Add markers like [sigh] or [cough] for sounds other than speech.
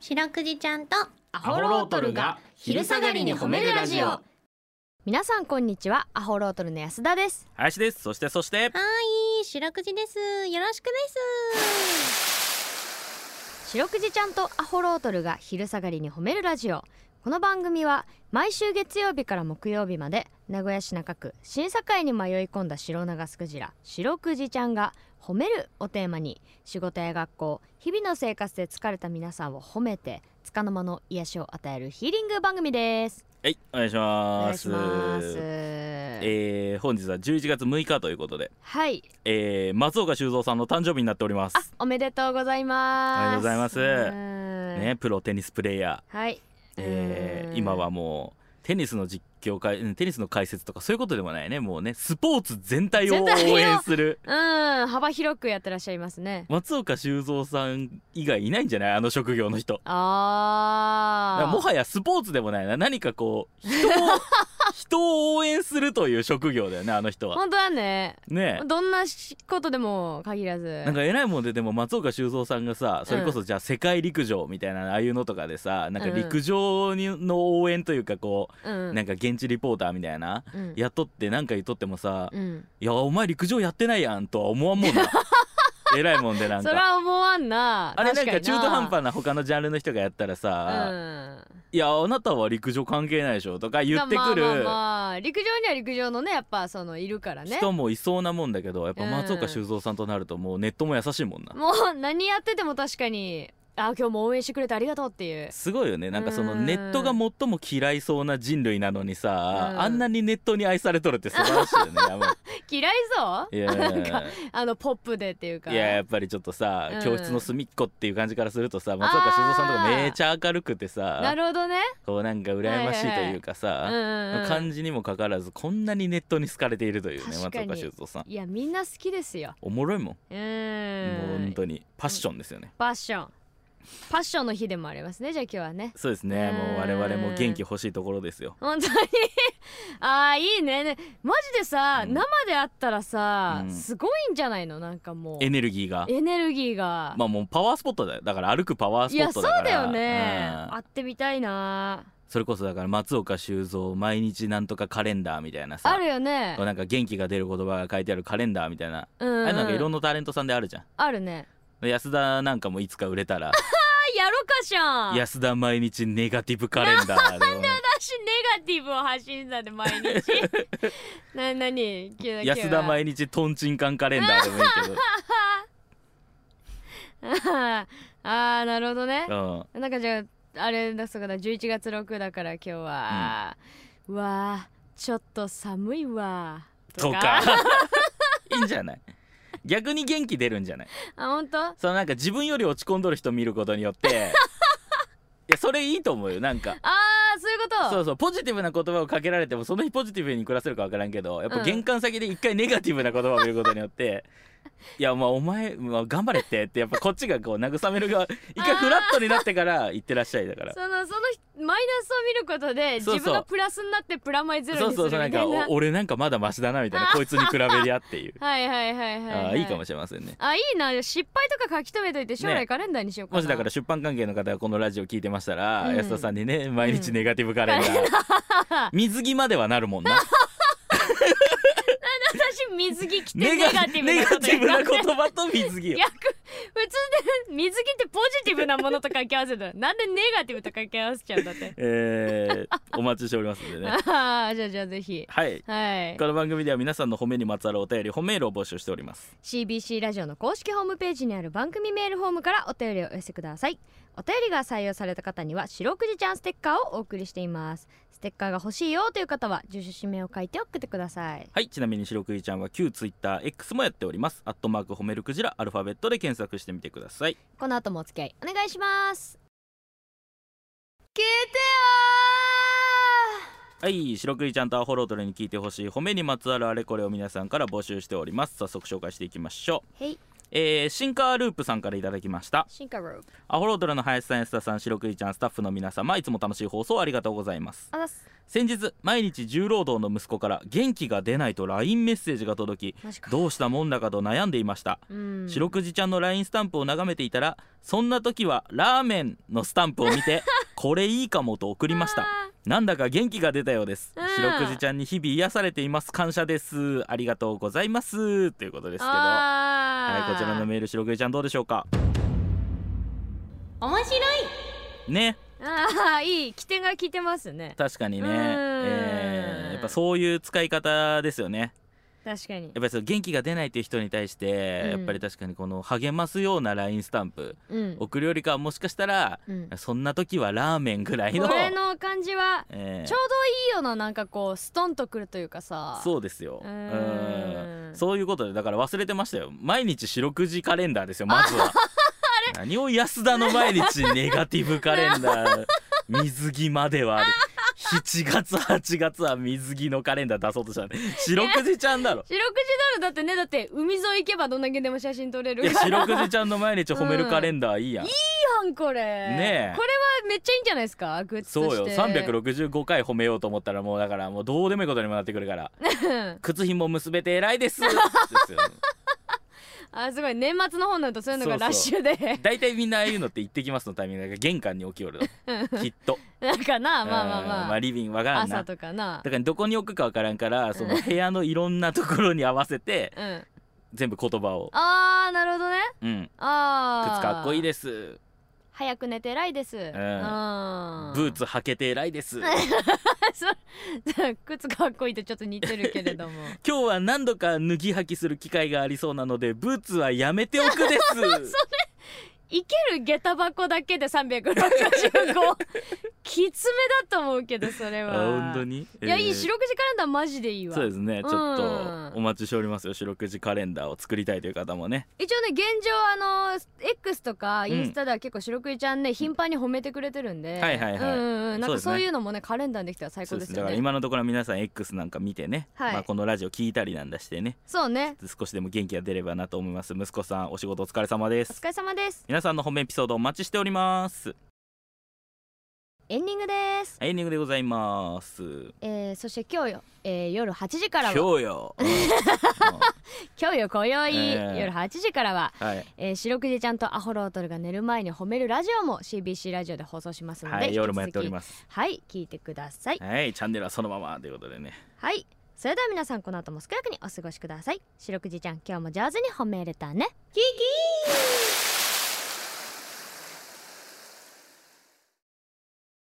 白くじちゃんとアホロートルが昼下がりに褒めるラジオ皆さんこんにちはアホロートルの安田です林ですそしてそしてはい白くじですよろしくです白くじちゃんとアホロートルが昼下がりに褒めるラジオこの番組は毎週月曜日から木曜日まで名古屋市中区審査会に迷い込んだ白長スクジラ白くじちゃんが「褒める」をテーマに仕事や学校日々の生活で疲れた皆さんを褒めて束の間の癒しを与えるヒーリング番組ですはいお願いしお願まいしすますえー、本日は11月6日ということで、はいえー、松岡修造さんの誕生日になっておりまあす、おめでとうございます。おめでとうございますうんね、プロテニスプレーヤはい。ー、えうー、ん今はもうテニスの実況会うんテニスの解説とかそういうことでもないねもうねスポーツ全体を全応体を援するうん、幅広くやってらっしゃいますね。松岡修造さん以外いないんじゃないあの職業の人だからああ。もはやスポーツでもないな何かこう [laughs] 人を人を応援するという職業だよねあの人は本当だね。ねどんなしことでも限らず。なんか偉いもんででも松岡修造さんがさそれこそじゃあ世界陸上みたいなああいうのとかでさなんか陸上にの応援というかこう。うんなんか現地リポーターみたいなうん。やっとってなんか言っとってもさうん。 「いやお前陸上やってないやん」とは思わんもん [laughs] な偉いもんでなんそれか。は思わんな。あれなんか確中途半端な他のジャンルの人がやったらさ「な。うん。いやあなたは陸上関係ないでしょ」とか言ってくまあまあるまあ陸上には陸上のねやっぱそのいるからね人もいそうなもんだけどやっぱ松岡修造さんとなるともうネットも優しいもんな。もう何やってても確かにあ今日も応援してくれてありがとうっていうすごいよねなんかそのうんネットが最も嫌いそうな人類なのにさ、うんあんなにネットに愛されとるって素晴らしいよねやば嫌いそうい [laughs] いやなんいかやあのポップでっていうかいややっぱりちょっとさ、うん教室の隅っこっていう感じからするとさ松岡修造さんとかめちゃ明るくてなさるほどね。こうなんか羨ましいというかうんさ、うんうん感じにもかかわらずこんなにネットに好かれているというね確松かに岡修造さんいやみんな好きですよ。おもろいもん、うもう本ん。当にパッションですよね、パッション。パッションの日でもありますね。じゃあ今日はね。そうですねもう我々も元気う欲しいところですよ本 [laughs] 当にああいいねねマジでさ、うん生で会ったらさ、うんすごいんじゃないのなんかもうエネルギーがエネルギーが、まあもうパワースポットだよだから歩くパワーいスポやッそトだうからだよね、うん会ってみたいなそれこそだから松岡修造毎日なんとかカレンダーみたいなさあるよねこうなんか元気が出る言葉が書いてあるカレンダーみたいな、うん、あれなんかいろんななタレントさんであるじゃんあるねで安田なんかもいつか売れたらあやろうかしゃん安田毎日ネガティブカレンダーでも私ネガティブを発信したんで毎 [laughs] 日な何急な安田毎日トンチンカンカレンダーでもいい [laughs] ああなるほどねけど、なんかじゃああれだそうかだ11月6だから今日は、うわあちょっと寒いわうん、と [laughs] かいいんじゃない逆に元気出るんじゃないあ本当そのなんか自分より落ち込んどる人見ることによっていやそれいいと思うよなんかああそういうことそうそうポジティブな言葉をかけられてもその日ポジティブに暮らせるか分からんけどやっうんぱ玄関先で一回ネガティブな言葉を見ることによって「いやまあお前、まあ、頑張れって」ってやっぱこっちがこう慰める側一回フラットになってから「行ってらっしゃい」だからそのそのひマイナスを見ることでそうそう自分がプラスになってプラマイゼそロうにするそうみそうたなんいなかお俺なんかまだマシだなみたいなこいつに比べりゃっていうはいはいはいはい、あはーいいかもししれませんね。あいいな失敗とか書き留めといて将来ねカレンダーにしようかな、もしだから出版関係の方がこのラジオ聞いてましたら、うん安田さんにね毎日ネガティブカレンダー、水着まではなるもん [laughs] な私水着着てネガティブネなガことティブな言言って [laughs] 葉と水着よ逆普通で水着ってポジティブなものと掛け合わせたらなんでネガティブと掛け合わせちゃうんだってえー、お待ちしておりますんでね。 [laughs] ああじゃあじゃあぜひはい。はいこの番組では皆さんの褒めにまつわるお便り、褒めールを募集しております。 CBC ラジオの公式ホームページにある番組メールフォームからお便りをお寄せくださいお便りが採用された方には白くじちゃんステッカーをお送りしていますステッカーが欲しいよという方は住所氏名を書いて送ってくださいはい、ちなみに白くじちゃんは旧ツイッター X もやっております。アットマーク褒めるクジラアルファベットで検索してみてください。この後もお付き合いお願いします聞いはい、白くじちゃんとアホロートルに聞いてほしい褒めにまつわるあれこれを皆さんから募集しております。早速紹介していきましょう。てよーへいえーシンカーループさんからいただきましたシンカロープアホロードラの林さん安田さん白くじちゃんスタッフの皆様いつも楽しい放送ありがとうございますあざっす先日毎日重労働の息子から元気が出ないと LINE メッセージが届きマジかどうしたもんだかと悩んでいましたうん白くじちゃんの LINE スタンプを眺めていたらそんな時はラーメンのスタンプを見 [laughs] てこれいいかもと送りましたなんだか元気が出たようですうん白くじちゃんに日々癒されています感謝ですありがとうございますということですけどははいこちらのメール白くじちゃんどうでしょうか面白いねああいい起点が効いてますね確かにね、うんえーやっぱそういう使い方ですよね確かにやっぱりその元気が出ないという人に対して、うんやっぱり確かにこの励ますような LINE スタンプうん送るよりかはもしかしたら、うんそんな時はラーメンぐらいのこれの感じはえーちょうどいいよななんかこうストンとくるというかさそうですよううんんそういうことでだから忘れてましたよ毎日四六時カレンダーですよまずは何を安田の毎日ネガティブカレンダ [laughs] ー水着まではある7月8月は水着のカレンダー出そうとしたら四六時ちゃんだろ四六時ドルだってねだって海沿い行けばどんだけでも写真撮れいるやから四六時ちゃんの毎日褒めるカレンダーいいやん、やんこれねえこれはめっちゃいいんじゃないですかグッズとそうしよて365回褒めようと思ったらもうだからもうどうでもいいことにもなってくる [laughs] から365靴ひも結べて偉い [laughs] ですですよあすごい年末の方になるとそういうのがラッシュで [laughs] 大体みんなああいうのって行ってきますのタイミングが玄関に置きよるのきっとなんかな [laughs] まあまあうまんあまあリビングわからんな朝だとかなからどこに置くかわからんからそうのん部屋のいろんなところに合わせてうん全部言葉をあーなるほどね「うんあー靴かっこいいです」早く寝て偉いですうんブ「ブーツ履けて偉いです」「そう [laughs] 靴かっこいいとちょっと似てるけれども今日は何度か脱ぎ履きする機会がありそうなのでブーツはやめておくです」いける下駄箱だけで365 [laughs] きつめだと思うけど [laughs] それあは本当にいやえーいい四六時カレンダーマジでいいわそうですねちょっうんとお待ちしておりますよ四六時カレンダーを作りたいという方もね一応ね現状あの X とかんインスタでは結構白クイちゃんね頻繁に褒めてくれてるんで、はいはいはいうんうんうんそうでなんかすねそういうのもねカレンダーにできたら最そ高うでですすだよからね今のところ皆さん X なんか見てね、はいまあ、このラジオ聞いたりなんだしてねそうね少しでも元気が出ればなと思います息子さんお仕事お疲れ様でおす疲れ様です皆さんの褒めエピソードお待ちしておりますエンディングですエンディングでございますえー、そして今日よ、えー、夜8時から今は日今日よ、 [laughs] うよ今え宵、ー夜8時からはん [laughs] はい、えー、白くじちゃんとアホロートルが寝る前に褒めるラジオも CBC ラジオで放送しますので、はい、夜もやっておりすますはい聞いてくださいはいチャンネルはそのままということでねはいそれでは皆さんこの後も健やかにお過ごしください白くじちゃん今日も上手に褒めれたねキキー